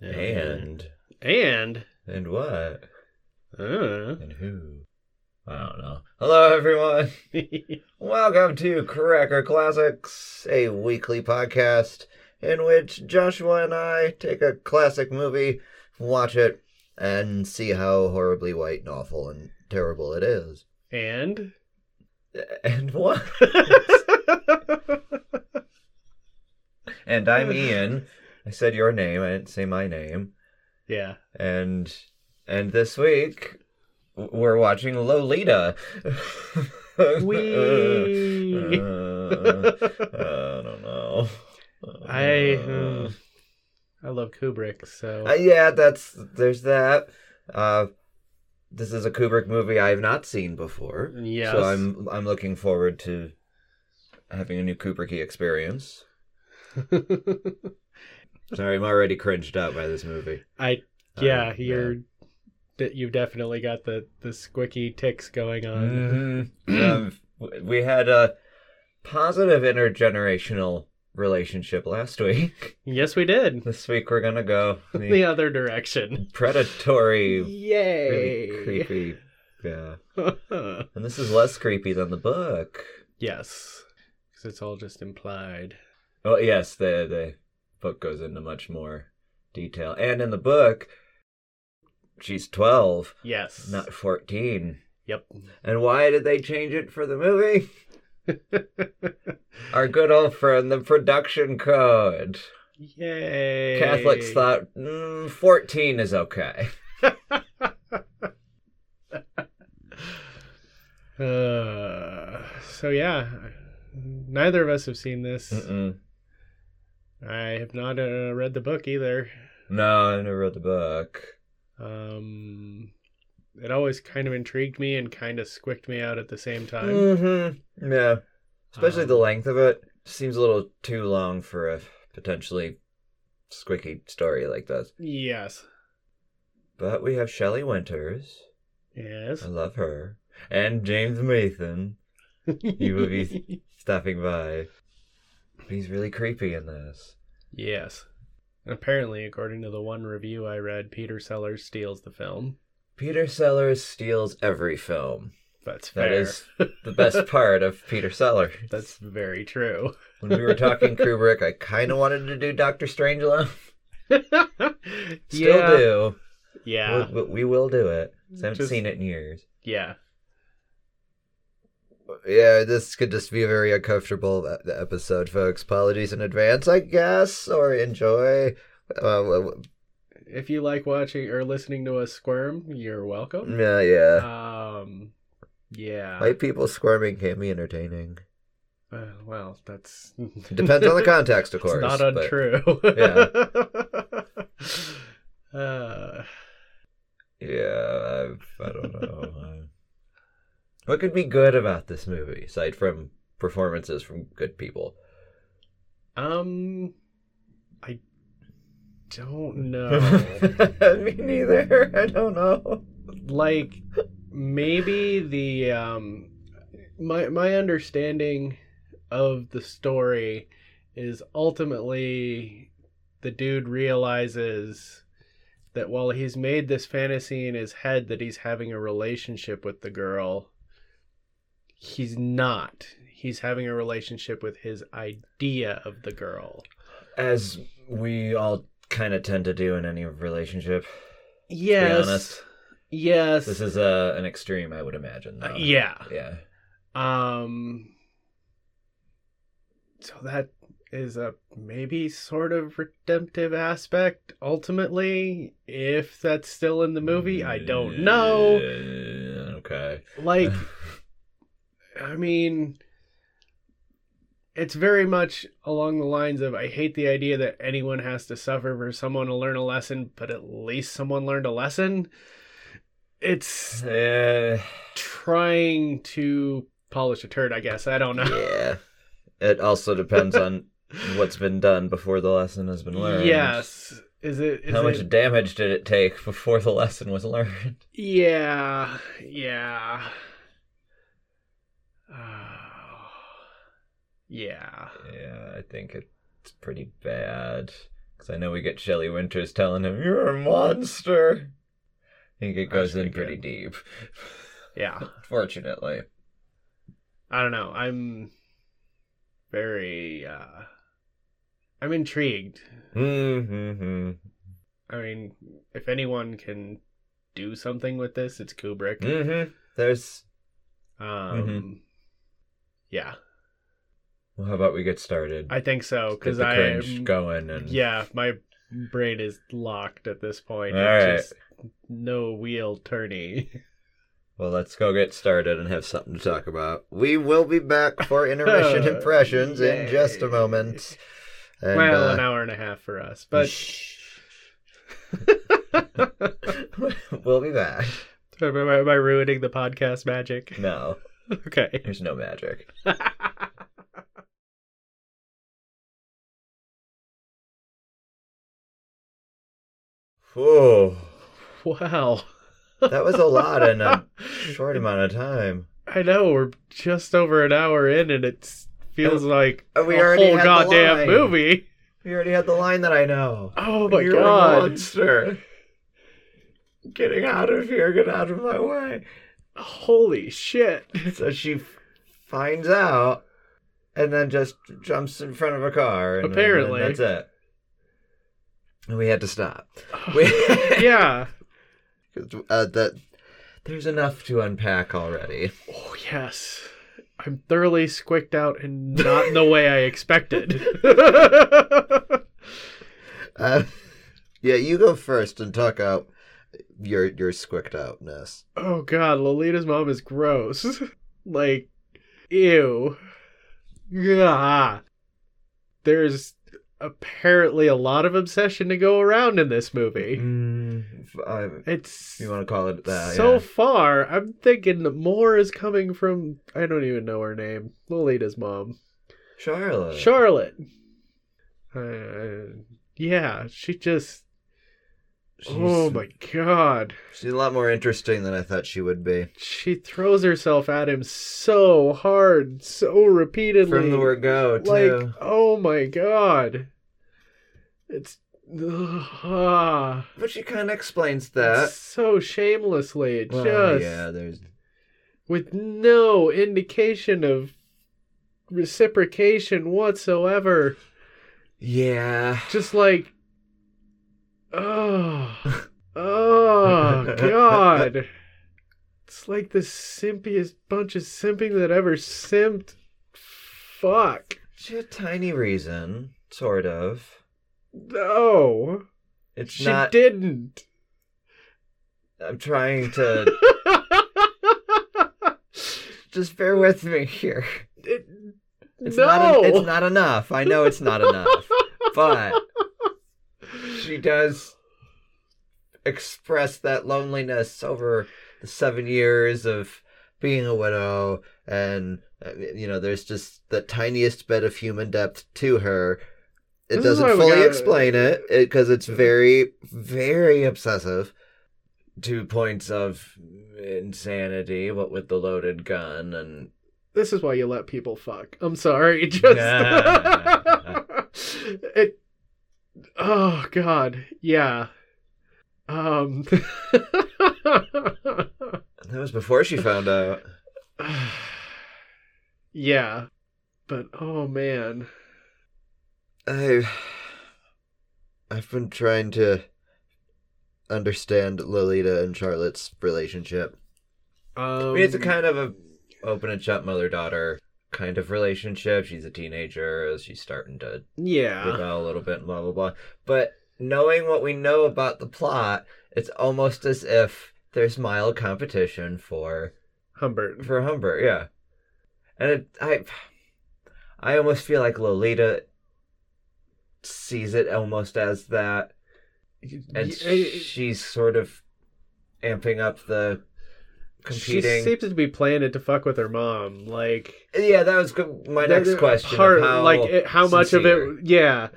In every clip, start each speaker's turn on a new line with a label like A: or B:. A: And
B: And
A: and what?
B: uh,
A: And who? I don't know. Hello everyone. Welcome to Cracker Classics, a weekly podcast in which Joshua and I take a classic movie, watch it, and see how horribly white and awful and terrible it is.
B: and
A: And what? and I'm Ian. I said your name, I didn't say my name.
B: yeah,
A: and and this week w- we're watching Lolita.
B: we.
A: Uh, I don't know.
B: I
A: Uh,
B: hmm, I love Kubrick, so
A: uh, yeah, that's there's that. Uh, this is a Kubrick movie I have not seen before,
B: yes.
A: so I'm I'm looking forward to having a new Kubricky experience. Sorry, I'm already cringed out by this movie.
B: I yeah,
A: Uh,
B: you're that you've definitely got the the squicky ticks going on.
A: Mm-hmm. um, w- we had a positive intergenerational relationship last week.
B: Yes, we did.
A: This week we're gonna go the
B: The other direction.
A: predatory,
B: Yay.
A: really creepy. Yeah, and this is less creepy than the book.
B: yes. Cuz it's all just implied.
A: Oh yes, the the book goes into much more detail, and in the book, she's twelve,
B: Yes.
A: not fourteen.
B: Yep.
A: And why did they change it for the movie? Our good old friend, the production code.
B: Yay.
A: Catholics thought mm, 14 is okay.
B: Uh, so yeah, neither of us have seen this.
A: Mm-mm.
B: I have not uh, read the book either.
A: No, I never read the book.
B: Um, it always kind of intrigued me and kind of squicked me out at the same time.
A: Mm-hmm. Yeah. Especially the
B: Um,
A: length of it. Seems a little too long for a potentially squicky story like this.
B: Yes.
A: But we have Shelley Winters.
B: Yes.
A: I love her. And James Mason you will be- stopping by. He's really creepy in this.
B: yes. Apparently, according to the one review I read, Peter Sellers steals the film.
A: Peter Sellers steals every film.
B: That's fair.
A: That is the best part of Peter Sellers.
B: That's very true.
A: When we were talking Kubrick, I kind of wanted to do Doctor Strangelove. Still
B: yeah.
A: do.
B: Yeah.
A: We'll- But we will do it. 'cause I haven't
B: Just-
A: seen it in years.
B: Yeah.
A: Yeah, this could just be a very uncomfortable e- episode, folks. Apologies in advance, I guess, or enjoy. Uh, w-
B: If you like watching or listening to us squirm, you're welcome.
A: w- yeah, yeah.
B: Um, yeah.
A: White people squirming can be entertaining.
B: Uh, well, that's
A: Depends on the context, of
B: It's
A: course.
B: not
A: but-
B: untrue. yeah. Uh,
A: Yeah, I, I don't know. I- what could be good about this movie, aside from performances from good people?
B: um, I don't know.
A: Me neither. I don't know.
B: like maybe the um, my my understanding of the story is ultimately the dude realizes that while he's made this fantasy in his head that he's having a relationship with the girl, he's not. He's having a relationship with his idea of the girl.
A: As we all kind of tend to do in any relationship.
B: Yes.
A: honest.
B: Yes.
A: This is uh, an extreme, I would imagine.
B: Uh,
A: though.
B: yeah.
A: Yeah.
B: Um. So that is a maybe sort of redemptive aspect ultimately, if that's still in the movie. I don't know.
A: Yeah, Okay.
B: Like, I mean, it's very much along the lines of I hate the idea that anyone has to suffer for someone to learn a lesson, but at least someone learned a lesson. It's
A: Uh,
B: trying to polish a turd, I guess. I don't know.
A: yeah. It also depends on what's been done before the lesson has been learned.
B: Yes. Is it? Is
A: How much
B: it-
A: damage did it take before the lesson was learned?
B: Yeah. Yeah. Oh. yeah.
A: Yeah, I think it's pretty bad. Because I know we get Shelley Winters telling him, You're a monster. I think it goes
B: That's
A: in pretty
B: good.
A: deep,
B: Yeah.
A: fortunately.
B: I don't know. I'm very uh I'm intrigued.
A: Mm-hmm.
B: I mean, if anyone can do something with this, it's Kubrick.
A: Mm-hmm. There's.
B: Um
A: Mm-hmm.
B: Yeah,
A: Well, how about we get started?
B: I think so
A: Get
B: cuz
A: the
B: I
A: cringe going and.
B: yeah, my brain is locked at this point.
A: All
B: It's
A: right.
B: just no wheel turny.
A: Well, let's go get started and have something to talk about. We will be back for intermission impressions in just a
B: Oh, Yay.
A: moment. And,
B: well,
A: uh,
B: an hour and a half for us, but
A: we'll be back.
B: am I am I ruining the podcast magic?
A: No,
B: Okay.
A: there's no magic. Whoa,
B: wow.
A: that was a lot in a short amount of time.
B: I know we're just over an hour in, and it feels like
A: oh, we
B: a
A: already
B: whole
A: had the
B: goddamn
A: line.
B: movie.
A: We already had the line that I know.
B: Oh my
A: You're a
B: god!
A: monster. Getting out of here, get out of my way.
B: Holy shit!
A: So she f- finds out and then just jumps in front of a car. And, and
B: Apparently.
A: that's it. And we had to stop. We,
B: yeah.
A: 'Cause, uh, the, there's enough to unpack already.
B: Oh yes. I'm thoroughly squicked out and not in the way I expected.
A: Uh, yeah, you go first and talk out your, your squicked outness.
B: oh god, Lolita's mom is gross. like, ew. Gah. There's apparently a lot of obsession to go around in this movie.
A: Mm, f- I-
B: It's
A: you want to call it that?
B: so
A: yeah.
B: far, I'm thinking that more is coming from I don't even know her name, Lolita's mom,
A: Charlotte.
B: Charlotte. Uh, yeah, she just.
A: She's-
B: Oh my god,
A: She's a lot more interesting than I thought she would be.
B: she throws herself at him so hard, so repeatedly.
A: From the word go, too.
B: like, oh my god, it's. ah,
A: but she kind of explains
B: it's
A: that.
B: so shamelessly. It
A: Well,
B: just
A: yeah, there's
B: with no indication of reciprocation whatsoever.
A: Yeah.
B: Just like, oh, oh, God. It's like the simpiest bunch of simping that ever simped. Fuck.
A: She had a tiny reason, sort of.
B: No.
A: It's
B: she
A: not
B: didn't.
A: I'm trying to just bear with me here.
B: It-
A: It's
B: no.
A: not en- it's not enough. I know it's not enough. but she does express that loneliness over the 7 years of being a widow and uh, you know there's just the tiniest bit of human depth to her. It
B: This is
A: doesn't
B: why we
A: fully
B: gotta-
A: explain it because it's very very obsessive to points of insanity what with the loaded gun and
B: this is why you let people fuck. I'm sorry. it Just
A: Nah.
B: it. Oh God, yeah. Um.
A: That was before she found out.
B: yeah, but oh man,
A: I Oh, I've been trying to understand Lolita and Charlotte's relationship.
B: um,
A: I mean, it's a kind of a open and shut mother daughter kind of relationship. She's a teenager, she's starting to
B: yeah,
A: rebel a little bit and blah blah blah. But knowing what we know about the plot, it's almost as if there's mild competition for
B: Humbert.
A: for Humber, yeah. And it, I, I almost feel like Lolita sees it almost as that, and
B: Yeah, it-
A: she's sort of amping up the
B: She
A: competing.
B: seems to be playing it to fuck with her mom, like.
A: yeah, that was go- my
B: That-
A: next question. of
B: Part,
A: how
B: like it, how much of
A: sincere.
B: it? Yeah.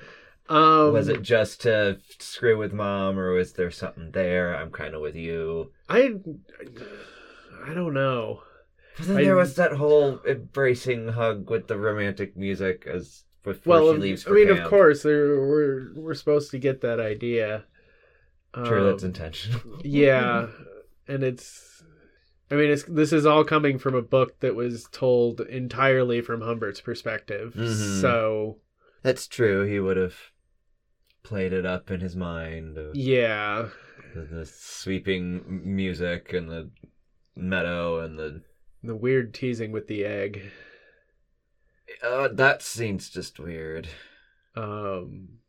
B: Um,
A: was it just to screw with mom, or was there something there? I'm kind of with you.
B: I, I don't know.
A: But then
B: I-
A: there was that whole embracing hug with the romantic music as before
B: well, um,
A: she leaves
B: I
A: for
B: mean,
A: camp.
B: of course, there, we're we're supposed to get that idea.
A: I'm sure, that's
B: Um,
A: intentional.
B: yeah, and it's. I mean, it's this is all coming from a book that was told entirely from Humbert's perspective.
A: Mhm.
B: So
A: That's true. He would have played it up in his mind. Of
B: yeah,
A: the, the sweeping m- music and the meadow and the
B: the weird teasing with the egg.
A: uh, that scene's just weird.
B: Um,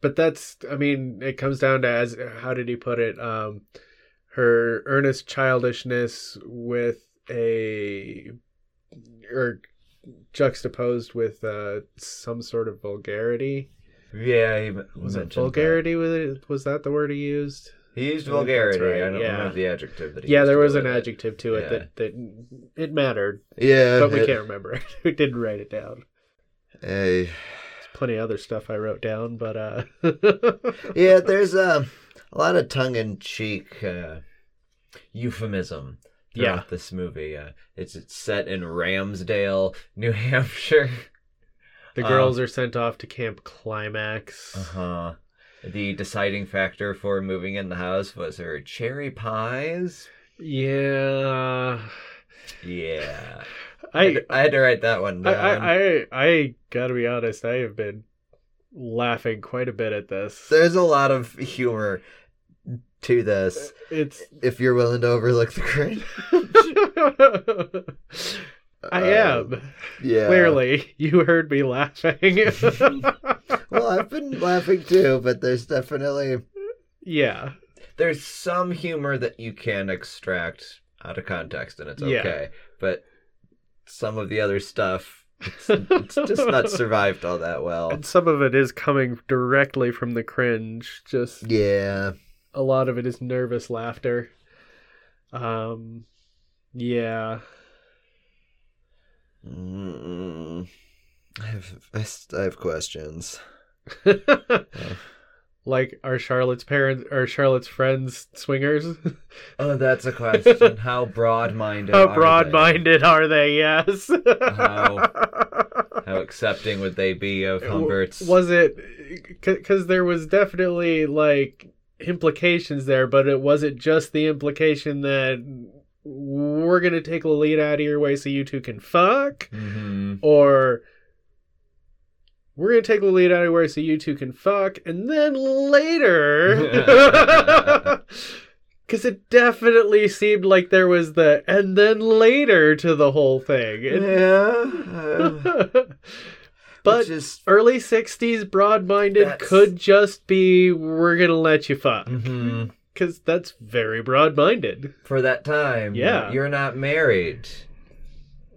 B: but that's. I mean, it comes down to as how did he put it? Um, her earnest childishness with a or juxtaposed with uh, some sort of vulgarity.
A: Yeah, he
B: Was it vulgarity?
A: vulgarity?
B: Was it was that the word he used?
A: He
B: I
A: used
B: think
A: vulgarity.
B: that's
A: I,
B: right,
A: don't
B: yeah.
A: remember the adjective that he
B: yeah,
A: used
B: there
A: to
B: was
A: it.
B: an adjective to it
A: Yeah.
B: that that it mattered,
A: Yeah,
B: but we
A: it-
B: can't remember. it. we didn't write it down.
A: Hey.
B: There's plenty of other stuff I wrote down, but uh,
A: yeah, there's um, a lot of tongue in cheek uh, euphemism throughout
B: Yeah.
A: this movie. Uh, it's, it's set in Ramsdale, New Hampshire.
B: the
A: Um,
B: girls are sent off to Camp Climax.
A: Uh huh. The deciding factor for moving in the house was her cherry pies.
B: Yeah,
A: Yeah.
B: I
A: I had to write that one
B: I,
A: down.
B: I I I gotta be honest. I have been laughing quite a bit at this.
A: There's a lot of humor to this
B: It's
A: if you're willing to overlook the cringe.
B: I
A: Um,
B: am.
A: yeah.
B: Clearly, you heard me laughing.
A: Well, I've been laughing too, but there's definitely
B: yeah.
A: there's some humor that you can extract out of context and it's
B: Yeah.
A: okay but some of the other stuff it's just not survived all that well
B: And some of it is coming directly from the cringe. Just
A: yeah
B: a lot of it is nervous laughter. Um, yeah.
A: Mm-mm. I have, I, s- I have questions
B: like are Charlotte's parents are Charlotte's friends swingers?
A: oh that's a question how broad-minded are
B: How
A: they?
B: broad-minded are they? Yes.
A: how accepting would they be of
B: Uh, W-
A: humbert's
B: Was it because there was definitely like implications there, but it wasn't just the implication that we're gonna take Lolita out of your way so you two can fuck,
A: hmm
B: or we're gonna take Lolita out of your way so you two can fuck, and then later. Because it definitely seemed like there was the and then later to the whole thing. It-
A: yeah uh,
B: but
A: which is-
B: early 60s broad-minded
A: That's-
B: could just be we're gonna let you fuck
A: Mhm.
B: because that's very broad-minded
A: for that time.
B: Yeah.
A: You're not married.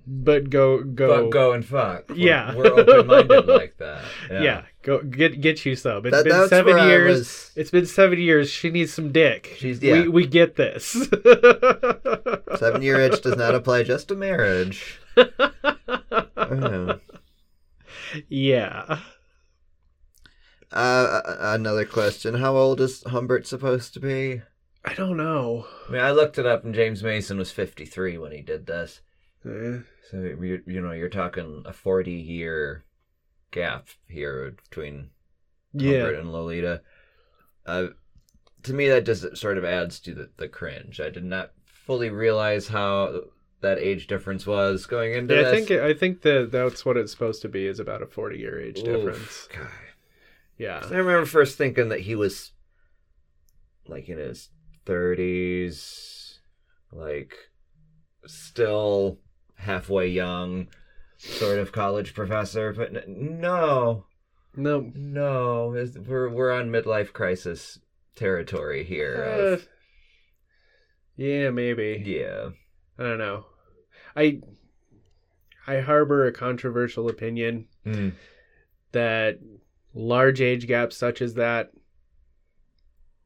B: but go go
A: But go and fuck. We're-
B: Yeah.
A: We're open minded like that.
B: yeah. go get get you some It's
A: That,
B: been
A: that's
B: seven
A: where I
B: years
A: was-
B: it's been seven years she needs some dick
A: She's- yeah.
B: we, we get this
A: seven year itch does not apply just to marriage. Uh,
B: yeah
A: uh, another question. How old is Humbert supposed to be?
B: i don't know
A: I mean, I looked it up and James Mason was 53 when he did this.
B: Eh,
A: So, you, you know, you're talking a 40 year gap here between
B: yeah
A: Humbert and Lolita. Uh, to me, that just sort of adds to the, the cringe. I did not fully realize how that age difference was going into
B: Yeah, I
A: this.
B: think I think that that's what it's supposed to be is about a forty year age
A: Oof,
B: difference.
A: God.
B: Yeah,
A: I remember first thinking that he was like in his 30s, like still halfway young, sort of college professor. But n- no,
B: no,
A: no, is- we're we're on midlife crisis territory here.
B: Uh,
A: of-
B: yeah, maybe.
A: Yeah.
B: I don't know. I I harbor a controversial opinion
A: Hmm.
B: that large age gaps such as that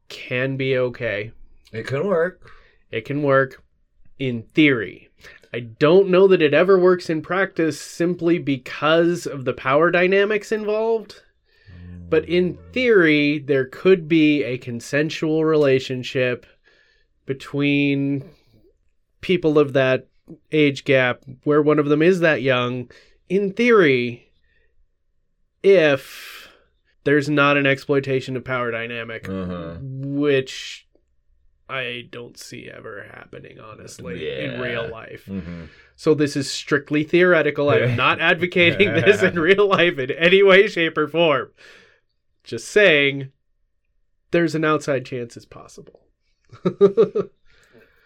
B: can be okay.
A: It could work.
B: It can work in theory. I don't know that it ever works in practice simply because of the power dynamics involved. But in theory, there could be a consensual relationship between people of that age gap where one of them is that young. In theory, if there's not an exploitation of power dynamic,
A: Uh-huh.
B: which I don't see ever happening, honestly, in
A: Yeah.
B: real life.
A: Mm-hmm.
B: So this is strictly theoretical. I'm not advocating this in real life in any way, shape, or form. Just saying, there's an outside chance it's possible.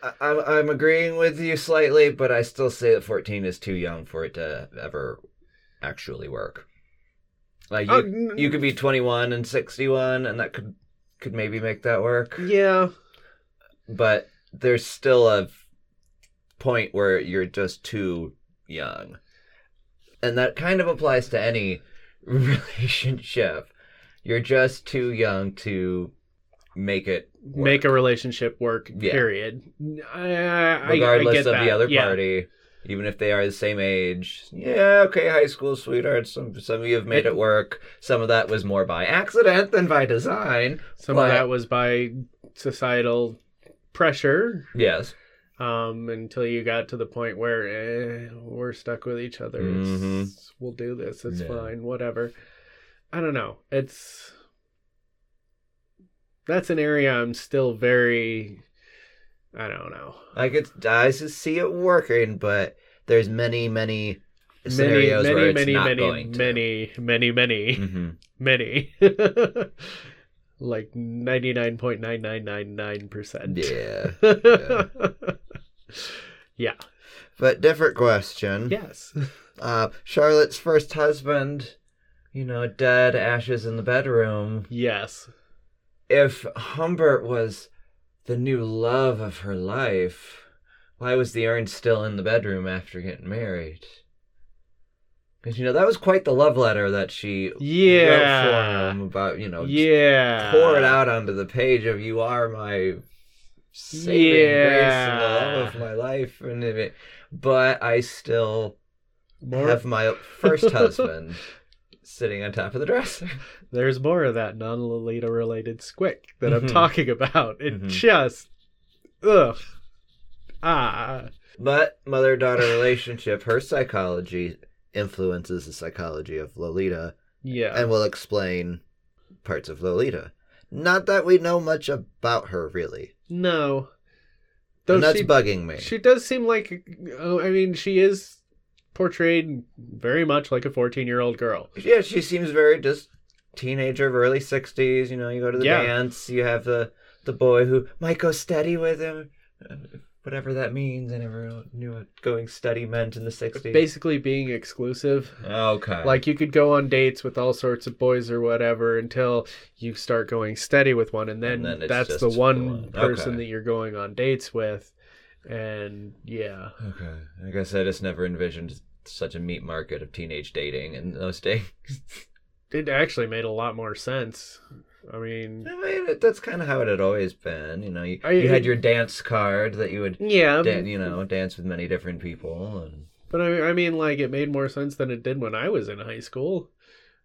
A: I, I'm I'm agreeing with you slightly, but I still say that 14 is too young for it to ever actually work. Like
B: Uh,
A: you,
B: Oh,
A: you could be 21 and 61, and that could could maybe make that work.
B: yeah,
A: But there's still a point where you're just too young, and that kind of applies to any relationship. You're just too young to make it work,
B: make a relationship work.
A: Yeah.
B: Period. I, I,
A: regardless
B: I get
A: of
B: that.
A: the other
B: yeah.
A: party, even if they are the same age. Yeah, okay, high school sweethearts. Some some of you have made it work. Some of that was more by accident than by design.
B: Some of
A: But-
B: that was by societal pressure
A: Yes.
B: um, until you got to the point where eh, we're stuck with each other. It's- We'll do this. It's
A: Mm-hmm. Yeah.
B: fine. Whatever. I don't know. It's that's an area I'm still very. I don't know.
A: Like it's I s- see it working, but there's many many
B: Many,
A: scenarios
B: many,
A: where it's
B: many,
A: not
B: many,
A: going to.
B: many, many, many,
A: Mhm.
B: many.
A: Mm.
B: like ninety nine point nine nine nine nine percent.
A: Yeah.
B: yeah.
A: But different question.
B: Yes.
A: Uh, Charlotte's first husband, you know, dead, ashes in the bedroom.
B: Yes.
A: if Humbert was the new love of her life, why was the urn still in the bedroom after getting married? Because you know that was quite the love letter that she wrote for
B: Yeah.
A: him about you know just
B: Yeah.
A: pour it out onto the page of you are my saving grace and the love of
B: Yeah.
A: my life and if it, but I still
B: More-
A: have my first husband sitting on top of the dresser.
B: there's more of that non Lolita related squick that I'm
A: Mhm.
B: talking about. It
A: Mhm.
B: just ugh. Ah
A: But mother daughter relationship, her psychology influences the psychology of Lolita
B: yeah.
A: and will explain parts of Lolita. Not that we know much about her, really.
B: no. Though
A: And that's
B: she,
A: bugging me.
B: she does seem like oh, I mean she is portrayed very much like a 14 year old girl.
A: yeah, she seems very just teenager of early 60s. You know, you go to the
B: Yeah.
A: dance, you have the, the boy who might go steady with him. uh, Whatever that means. I never knew what going steady meant in the 60s.
B: Basically being exclusive.
A: okay.
B: Like you could go on dates with all sorts of boys or whatever until you start going steady with one, and then,
A: And then it's
B: that's
A: just
B: the
A: the
B: one
A: one.
B: person
A: Okay.
B: that you're going on dates with. And yeah,
A: Okay. I guess I just never envisioned such a meat market of teenage dating in those days.
B: it actually made a lot more sense. I mean,
A: I mean, it- that's kind of how it had always been. You know, you,
B: I-
A: you had your dance card that you would,
B: yeah,
A: dan you know, dance with many different people. And
B: but I, I mean, like it made more sense than it did when I was in high school.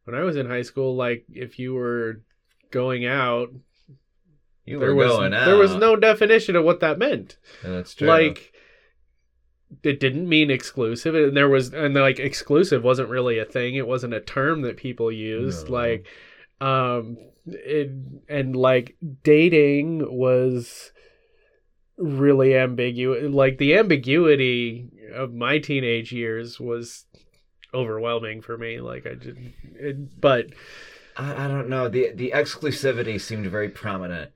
B: When I was in high school, like if you were going out,
A: you
B: there
A: were
B: was
A: going out.
B: there was no definition of what that meant.
A: And that's true.
B: like it didn't mean exclusive and there was and like exclusive wasn't really a thing it wasn't a term that people used
A: No.
B: like um it, and like dating was really ambiguous like the ambiguity of my teenage years was overwhelming for me like i just it, but
A: I, I don't know. The the exclusivity seemed very prominent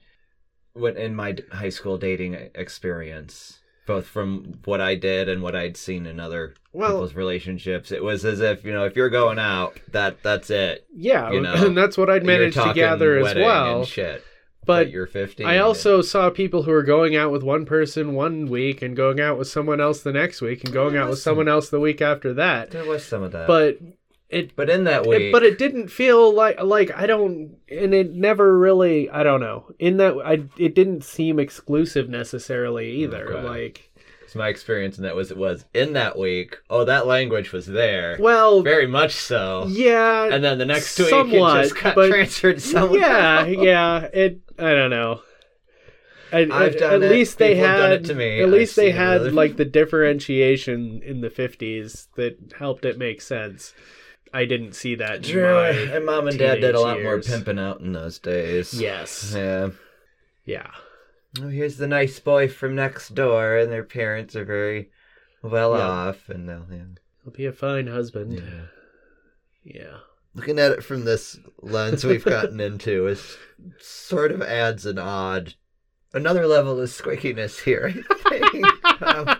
A: when in my d- high school dating e-, experience, both from what I did and what I'd seen in other
B: well
A: people's relationships. It was as if you know, if you're going out, that that's it.
B: yeah
A: you know,
B: and that's what i'd
A: You're
B: managed to
A: talking
B: gather as
A: wedding
B: well
A: And shit,
B: but
A: you're 15.
B: I also saw people who were going out with one person one week and going out with someone else the next week and going out with someone else the week after that.
A: there was some of that,
B: But it,
A: but in that week,
B: it but it didn't feel like like I don't and it never really I don't know. In that I it didn't seem exclusive necessarily either.
A: Okay.
B: Like
A: it's my experience, and that was it was in that week. Oh, that language was there,
B: well,
A: very much so.
B: yeah,
A: And then the next week,
B: somewhat,
A: it just got
B: but-
A: transferred to someone.
B: yeah,
A: else.
B: yeah. It. I don't know. I,
A: I've
B: I- at
A: done it.
B: least they
A: People
B: had.
A: have done it to me.
B: At
A: I've
B: least they
A: seen it with
B: had
A: other
B: like the differentiation in the fifties that helped it make sense. I didn't see that. in
A: True.
B: my-
A: And mom and dad did a lot
B: teenage
A: more
B: years.
A: pimping out in those days.
B: Yes.
A: Yeah.
B: Yeah.
A: Oh, here's the nice boy from next door, and their parents are very well
B: Yeah.
A: off, and they'll. Yeah.
B: He'll be a fine husband.
A: Yeah.
B: Yeah.
A: Looking at it from this lens we've gotten into is sort of adds an odd, another level of squickiness here. I think. Um,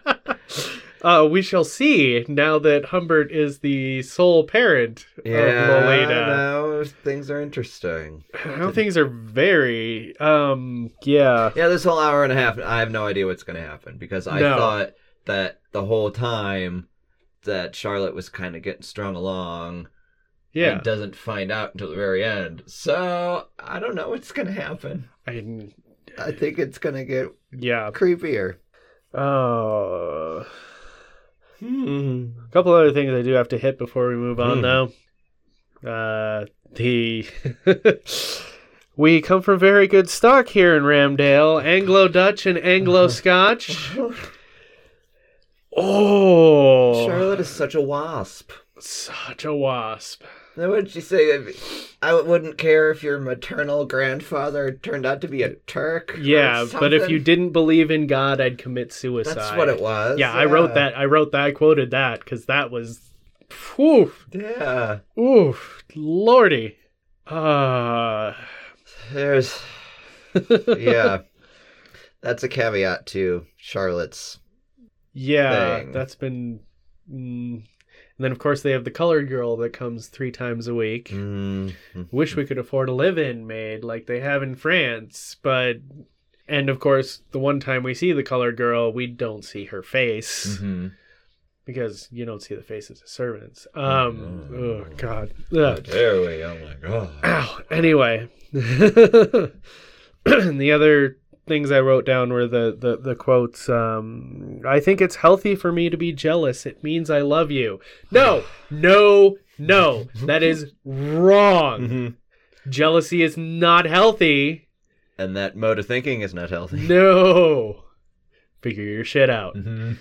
B: uh, we shall see now that Humbert is the sole parent
A: yeah,
B: of Lolita.
A: no, things are interesting.
B: How things are very um yeah.
A: Yeah, this whole hour and a half, I have no idea what's going to happen because I
B: No.
A: thought that the whole time that Charlotte was kind of getting strung along.
B: Yeah.
A: and doesn't find out until the very end. So I don't know what's gonna happen.
B: I,
A: I think it's gonna get
B: yeah.
A: creepier.
B: Uh
A: Hmm.
B: a couple other things I do have to hit before we move on
A: Hmm.
B: though. Uh the We come from very good stock here in Ramdale. Anglo Dutch and Anglo Scotch. Oh
A: Charlotte is such a wasp.
B: such a wasp.
A: Now, what would she say? I mean, I wouldn't care if your maternal grandfather turned out to be a Turk. or
B: Yeah, but if you
A: something.
B: didn't believe in God, I'd commit suicide.
A: that's what it was.
B: Yeah, I wrote that. I wrote that. I quoted that because that was, oof,
A: Yeah,
B: oof, lordy. Uh,
A: there's yeah. That's a caveat to Charlotte's.
B: yeah,
A: Thing.
B: that's been. Mm. And then of course they have the colored girl that comes three times a week.
A: Mm.
B: Wish we could afford a live-in maid like they have in France, but. And of course, the one time we see the colored girl, we don't see her face.
A: Mhm.
B: because you don't see the faces of servants. Um,
A: no.
B: oh God. Ugh.
A: There we go. Oh my god.
B: Ow. Anyway, and the other things I wrote down were the the, the quotes. Um, I think it's healthy for me to be jealous. It means I love you. No, no, no. That is wrong. Jealousy is not healthy.
A: and that mode of thinking is not healthy.
B: No. Figure your shit out.
A: Mm-hmm.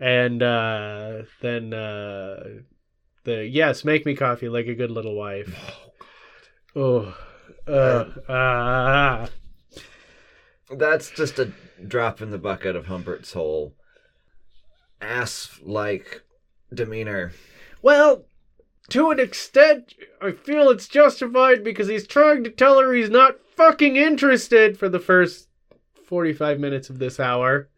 B: and uh, then uh, the yes, make me coffee like a good little wife. Oh, uh, ah,
A: That's just a drop in the bucket of Humbert's whole ass-like demeanor.
B: well, to an extent, I feel it's justified because he's trying to tell her he's not fucking interested for the first forty-five minutes of this hour.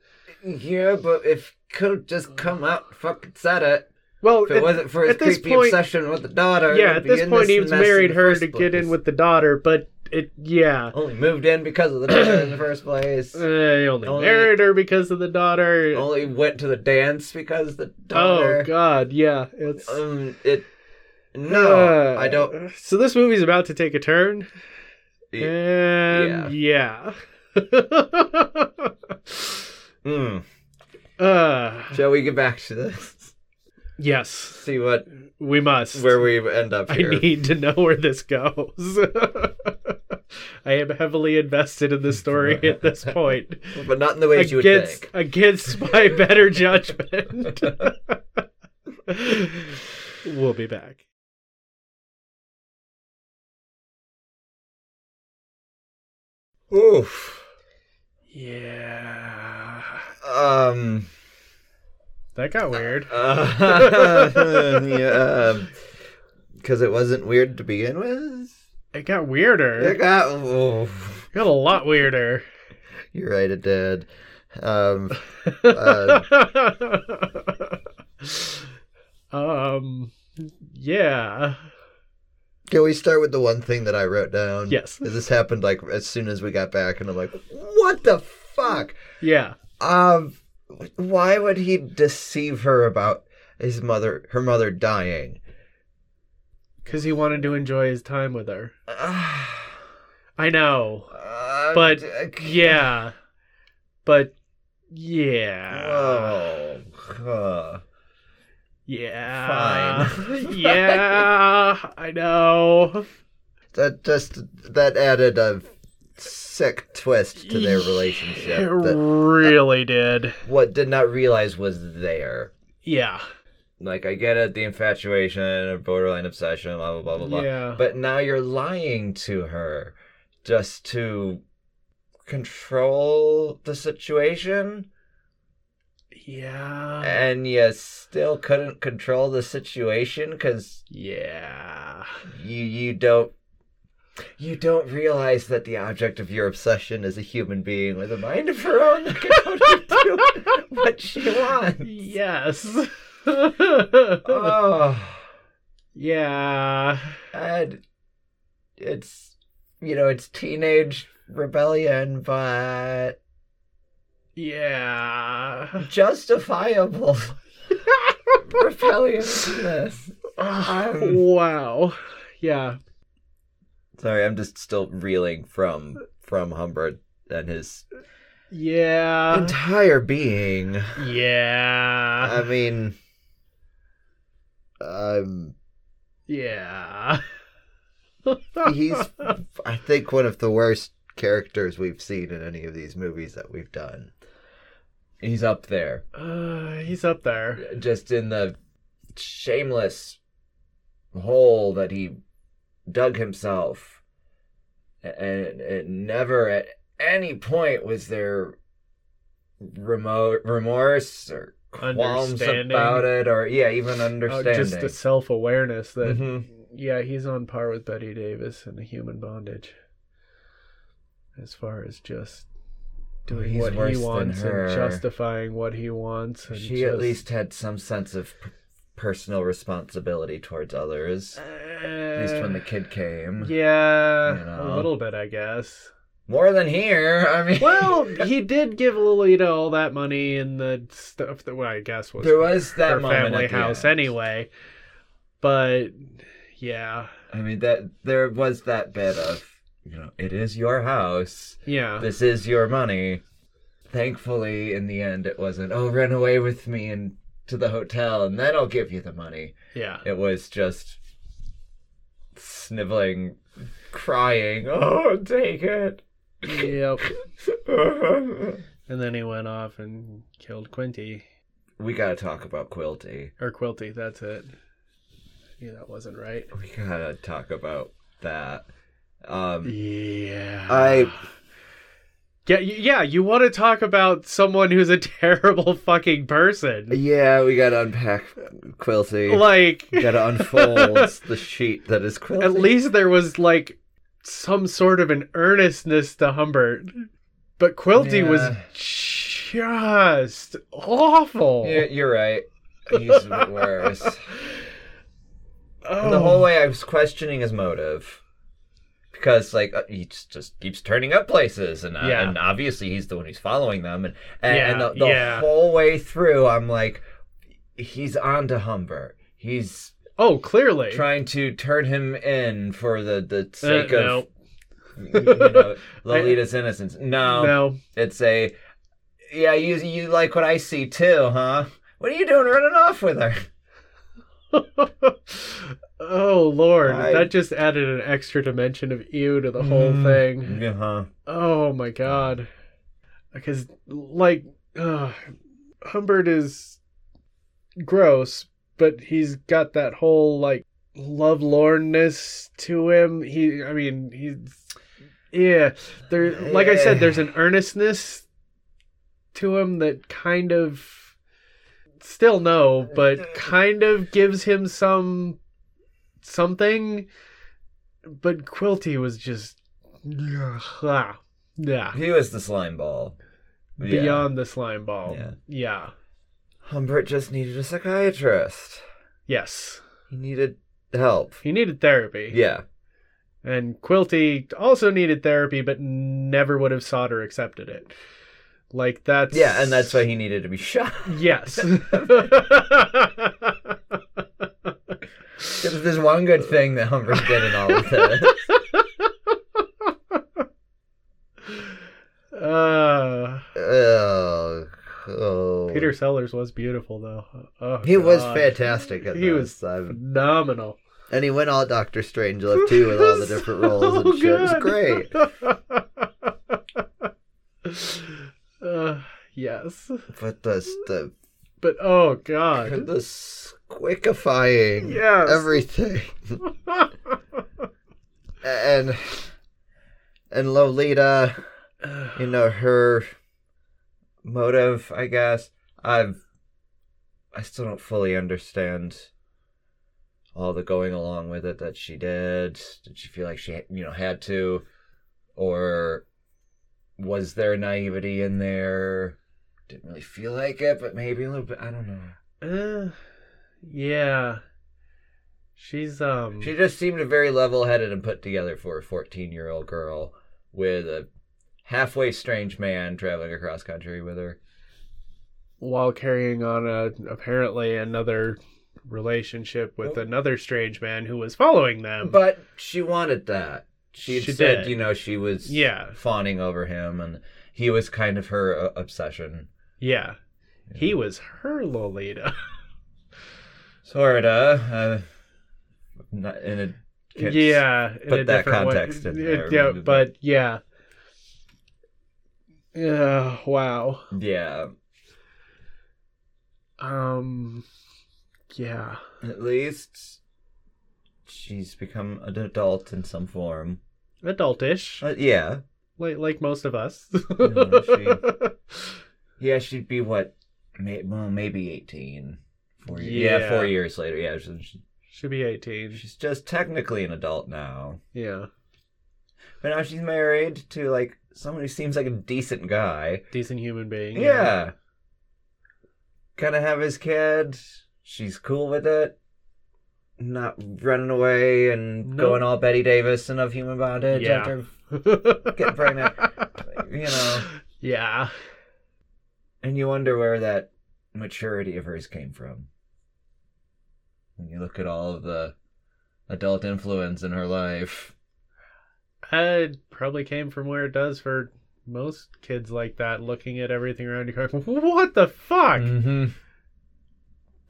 A: Yeah, but if could just come out, and fucking said it.
B: Well,
A: If it
B: at-
A: wasn't for his
B: at this
A: creepy
B: point-
A: obsession with the daughter,
B: yeah,
A: I'd
B: at
A: be
B: this
A: in
B: point, he's
A: mess in
B: married
A: the
B: her
A: first
B: to get in
A: place.
B: with the daughter, but it yeah.
A: Only moved in because of the daughter in the first place.
B: Uh, he only,
A: Only-
B: married her because of the daughter.
A: Only went to the dance because the
B: oh
A: daughter.
B: God, yeah, it's
A: Um, it.
B: Uh,
A: No, I don't.
B: So this movie's about to take a turn,
A: Yeah.
B: and yeah.
A: Mm.
B: uh,
A: Shall we get back to this?
B: yes,
A: See what
B: we must.
A: where we end up
B: I
A: here.
B: need to know where this goes. I am heavily invested in this story at this point,
A: but not in the ways you would
B: against
A: think.
B: against my better judgment. we'll be back.
A: Oof.
B: Yeah,
A: Um.
B: that got weird.
A: Uh, yeah. Because it wasn't weird to begin with.
B: It got weirder.
A: It got. oh,
B: Got a lot weirder.
A: you're right. It did. Um. Uh,
B: um, yeah.
A: can we start with the one thing that I wrote down?
B: Yes.
A: This happened like as soon as we got back, and I'm like, what the fuck?
B: Yeah.
A: Um, why would he deceive her about his mother, her mother dying?
B: Because he wanted to enjoy his time with her.
A: Uh,
B: I know. But, Yeah. But, yeah.
A: Oh, huh.
B: Uh, Yeah.
A: Fine.
B: yeah. I know.
A: that just that added a sick twist to their relationship.
B: It
A: That
B: really did.
A: what did not realize was there.
B: Yeah.
A: Like I get it, the infatuation, borderline obsession, blah blah blah blah blah.
B: yeah.
A: But now you're lying to her just to control the situation,
B: yeah.
A: and you still couldn't control the situation because
B: Yeah.
A: you you don't. You don't realize that the object of your obsession is a human being with a mind of her own that can only do what she wants.
B: Yes.
A: Oh.
B: yeah.
A: and it's you know it's teenage rebellion but
B: Yeah.
A: justifiable rebelliousness
B: Ah,
A: Um,
B: wow. Yeah.
A: sorry i'm just still reeling from from humbert and his
B: Yeah.
A: entire being i
B: Yeah.
A: mean um
B: Yeah.
A: he's i think one of the worst characters we've seen in any of these movies that we've done he's up there
B: Uh, he's up there.
A: just in the shameless hole that he dug himself and, and never at any point was there remote remorse or qualms
B: Understanding.
A: about it or yeah even
B: Oh,
A: understanding
B: just the self awareness that
A: Mhm.
B: yeah, he's on par with Betty Davis in the human bondage. As far as just doing
A: He's
B: what
A: worse
B: he
A: than
B: wants
A: her.
B: and justifying what he wants and
A: she
B: just-
A: at least had some sense of p- personal responsibility towards others at least when the kid came
B: uh, Yeah,
A: you
B: a
A: know.
B: little bit, I guess.
A: more than here i mean
B: Well, he did give Lolita all that money and the stuff that well, I guess was
A: there was that
B: her
A: moment
B: family
A: at the
B: house
A: end.
B: anyway. But yeah,
A: I mean that there was that bit of you know it is your house,
B: yeah,
A: this is your money. Thankfully, in the end, it wasn't. Oh, run away with me and to the hotel, and then I'll give you the money.
B: yeah,
A: It was just sniveling, crying. Oh, take it.
B: yep. And then he went off and killed Quinty
A: we gotta talk about Quilty.
B: or Quilty. That's it. Yeah, that wasn't right.
A: We gotta talk about that. Um,
B: Yeah,
A: I-
B: Yeah, y- yeah. You want to talk about someone who's a terrible fucking person?
A: yeah, we gotta unpack Quilty.
B: Like,
A: You gotta unfold the sheet that is quilted.
B: at least there was like some sort of an earnestness to Humbert, but Quilty was
A: Yeah.
B: just awful.
A: Yeah, you're right. He's a bit worse.
B: Oh.
A: And the whole way I was questioning his motive. Because, like, uh, he just, just keeps turning up places, and, uh,
B: Yeah.
A: and obviously he's the one who's following them. And, and, and
B: Yeah,
A: the, the
B: yeah.
A: whole way through, I'm like, he's on to Humbert. He's
B: Oh, clearly.
A: trying to turn him in for the, the
B: Uh,
A: sake
B: no,
A: of you know, Lolita's innocence.
B: no.
A: It's a, yeah, you you like what I see too, huh? What are you doing running off with her?
B: oh Lord,
A: I-
B: that just added an extra dimension of ew to the whole
A: Mm.
B: thing.
A: huh.
B: Oh my God, because like uh, Humbert is gross, but he's got that whole like lovelornness to him. He, I mean, he's yeah. There, like I said, there's an earnestness to him that kind of still no, but kind of gives him some something. But Quilty was just yeah, yeah.
A: He was the slime ball. Yeah.
B: beyond the slime ball.
A: Yeah.
B: yeah.
A: Humbert just needed a psychiatrist.
B: Yes.
A: He needed help.
B: He needed therapy.
A: Yeah.
B: And Quilty also needed therapy, but never would have sought or accepted it. Like that's
A: Yeah, and that's why he needed to be shot.
B: Yes.
A: If There's one good thing that Humbert did in all of this.
B: uh,
A: oh, oh.
B: Peter Sellers was beautiful though. Oh,
A: He was
B: God.
A: fantastic at
B: He
A: this.
B: was
A: I'm-
B: phenomenal.
A: and he went all Doctor Strangelove too with all the different roles and
B: So
A: shit. It was great.
B: good. uh, yes.
A: But the, the
B: But oh god.
A: the squ- Wikifying
B: Yes.
A: everything. and and Lolita, you know her motive, I guess. I've I still don't fully understand all the going along with it that she did. Did she feel like she you know had to, or was there naivety in there? Didn't really feel like it, but maybe a little bit. I don't know.
B: Uh, yeah. She's um
A: She just seemed very level headed and put together for a 14 year old girl with a halfway strange man traveling across country with her.
B: while carrying on a apparently another relationship with
A: Oh.
B: another strange man who was following them.
A: But she wanted that. She, had
B: She
A: said,
B: did.
A: you know, she was
B: Yeah.
A: fawning over him and he was kind of her uh, obsession.
B: yeah. He was her Lolita.
A: Sorta. Uh, not in a. can't
B: yeah. in
A: put
B: a
A: that
B: different way.
A: context in
B: Yeah,
A: there.
B: Yeah, but yeah. Yeah, wow.
A: Yeah.
B: Um yeah.
A: At least she's become an adult in some form.
B: Adultish.
A: Uh, yeah.
B: like like most of us.
A: No, Yeah, she'd be what? May, well, maybe 18. Four years. Yeah.
B: Yeah.
A: four years later. Yeah, so she-
B: Should be 18.
A: she's just technically an adult now.
B: Yeah.
A: But now she's married to, like, someone who seems like a decent guy.
B: Decent human being.
A: Yeah. Kind of have his kid. She's cool with it. Not running away and
B: No.
A: going all Betty Davis and of human bondage
B: Yeah.
A: after,
B: Get
A: pregnant. you know.
B: Yeah.
A: And you wonder where that maturity of hers came from. When you look at all of the adult influence in her life.
B: It probably came from where it does for most kids like that, looking at everything around you going, What the fuck?
A: Mm-hmm.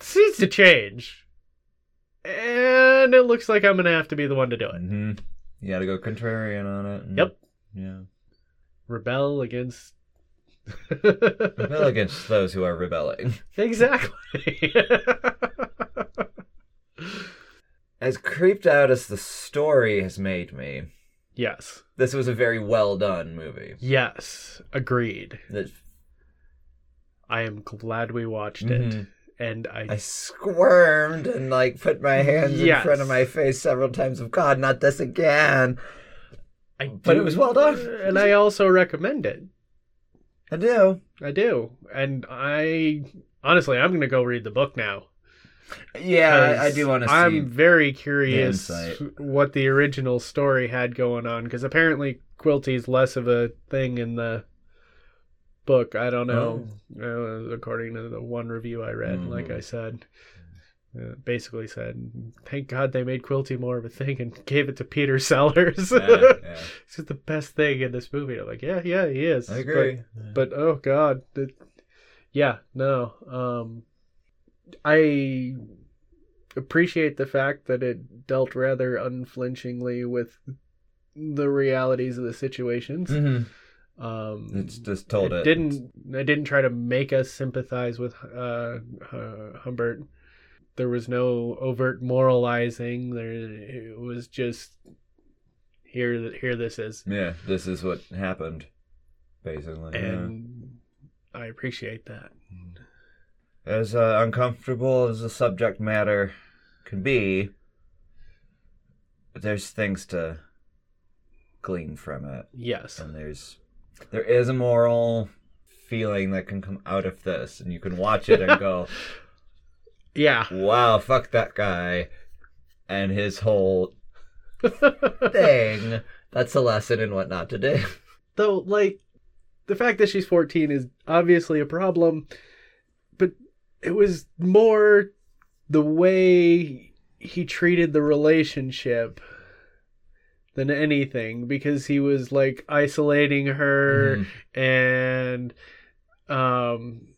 B: This needs to change. And it looks like I'm gonna have to be the one to do it.
A: Mm-hmm. You gotta go contrarian on it. and-
B: Yep.
A: Yeah.
B: Rebel against
A: Rebel against those who are rebelling.
B: Exactly.
A: As creeped out as the story has made me,
B: yes.
A: this was a very well done movie.
B: Yes. Agreed.
A: That
B: I am glad we watched it.
A: Mhm.
B: And I
A: I squirmed and like put my hands in
B: Yes.
A: front of my face several times of God, not this again.
B: I
A: But it was well done.
B: And I also recommend it.
A: I do.
B: I do. And I honestly, I'm going to go read the book now.
A: Yeah, I, I
B: 'cause
A: do want to see.
B: I'm very curious
A: insight.
B: what the original story had going on because apparently Quilty's less of a thing in the book. I don't know.
A: Oh.
B: Uh, according to the one review I read, like
A: Mhm.
B: I said. Uh, basically said, thank God they made Quilty more of a thing and gave it to Peter Sellers.
A: Yeah, yeah.
B: This is the best thing in this movie. I'm like, yeah, yeah, he is.
A: I agree.
B: But, but, oh god, it- yeah, no. Um, I appreciate the fact that it dealt rather unflinchingly with the realities of the situations.
A: Mm-hmm.
B: Um,
A: It's just told Mm. it.
B: didn't. I didn't try to make us sympathize with uh, uh, Humbert. There was no overt moralizing. There, it was just here. Here, this is.
A: Yeah, this is what happened, basically.
B: and I appreciate that.
A: Mm. Yeah. As uh, uncomfortable as the subject matter can be, there's things to glean from it,
B: Yes,
A: and there's there is a moral feeling that can come out of this, and you can watch it and go,
B: yeah,
A: "Wow, fuck that guy," and his whole thing. That's a lesson in what not to do.
B: though, like the fact that she's fourteen is obviously a problem, but it was more the way he treated the relationship than anything because he was like isolating her
A: Mm-hmm.
B: and um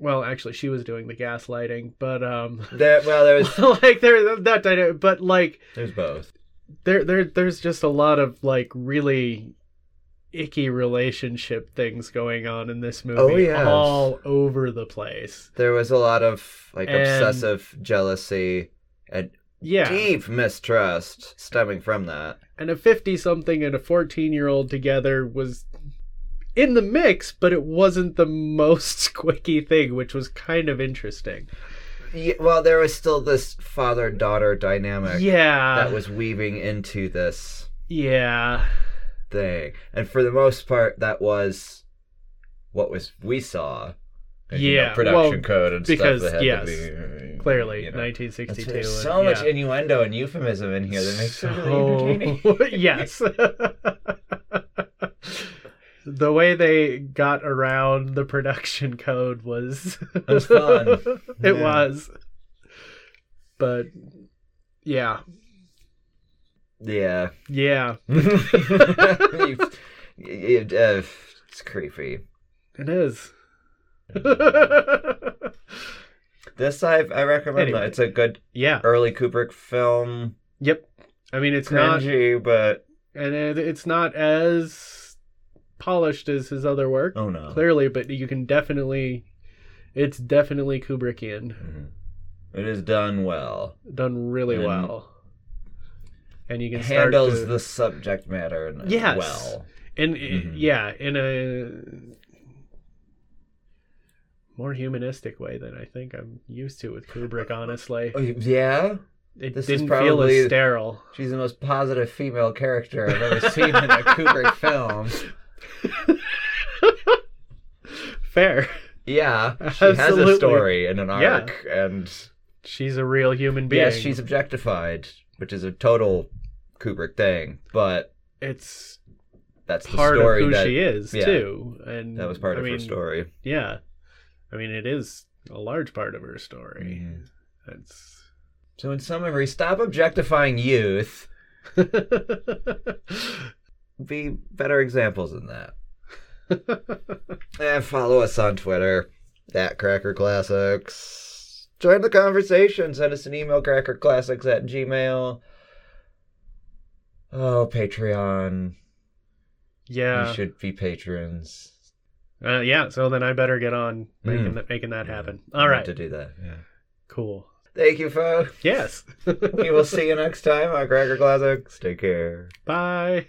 B: well actually she was doing the gaslighting but um
A: There, well, there's
B: like there that dynamic but like
A: there's both.
B: there there there's just a lot of like really icky relationship things going on in this movie
A: Oh, yes.
B: all over the place.
A: There was a lot of like
B: And-
A: obsessive jealousy,
B: Yeah.
A: deep mistrust stemming from that.
B: And a 50 something and a 14 year old together was in the mix, but it wasn't the most squicky thing, which was kind of interesting.
A: Yeah, well, there was still this father daughter dynamic
B: Yeah.
A: that was weaving into this
B: Yeah.
A: thing, and for the most part, that was what was we saw. And, you know,
B: Yeah,
A: production
B: well,
A: code and
B: because,
A: stuff. that had
B: yes,
A: to be,
B: Clearly,
A: you know. That's
B: 1962.
A: There's
B: and-
A: so much
B: yeah.
A: innuendo and euphemism in here that makes it really
B: So-
A: entertaining.
B: Oh, yes. the way they got around the production code was
A: was fun.
B: it
A: Yeah.
B: was. But yeah.
A: Yeah.
B: Yeah.
A: You- you- uh, it's creepy.
B: It is.
A: This I I recommend.
B: Anyway.
A: that. It's a good
B: yeah.
A: early Kubrick film.
B: Yep. I mean it's not
A: Cringy, but
B: and it, it's not as polished as his other work
A: oh no.
B: clearly, but you can definitely it's definitely Kubrickian.
A: Mhm. It is done well.
B: done really
A: And-
B: well. And you can start
A: Handles
B: to,
A: the subject matter n-
B: Yes.
A: well.
B: and eh,
A: Mhm.
B: yeah, in a more humanistic way than I think I'm used to with Kubrick. Honestly,
A: Oh, Yeah,
B: it
A: this is
B: didn't feel
A: probably-
B: as sterile.
A: she's the most positive female character I've ever seen in a Kubrick film.
B: Fair.
A: Yeah, she has
B: Absolutely.
A: a story and an
B: Yeah.
A: arc, and
B: She's a real human being.
A: yes, she's objectified, which is a total Kubrick thing. But
B: It's
A: that's the
B: part of
A: story
B: who
A: that
B: she is
A: yeah.
B: too, and
A: that was part
B: I
A: of
B: mean,
A: her story.
B: Yeah, I mean it is a large part of her story. That's
A: Mm-hmm. So, in summary, stop objectifying youth. Be better examples than that. And follow us on Twitter at Cracker Classics. Join the conversation. Send us an email, crackerclassics at gmail. Oh, Patreon.
B: yeah.
A: You should be patrons.
B: Uh, yeah, so then I better get on making, that making that happen. All
A: Mm. You
B: right,
A: have To do that. Yeah.
B: cool.
A: Thank you, folks.
B: Yes.
A: we will see you next time on Cracker Classics. Take care.
B: Bye.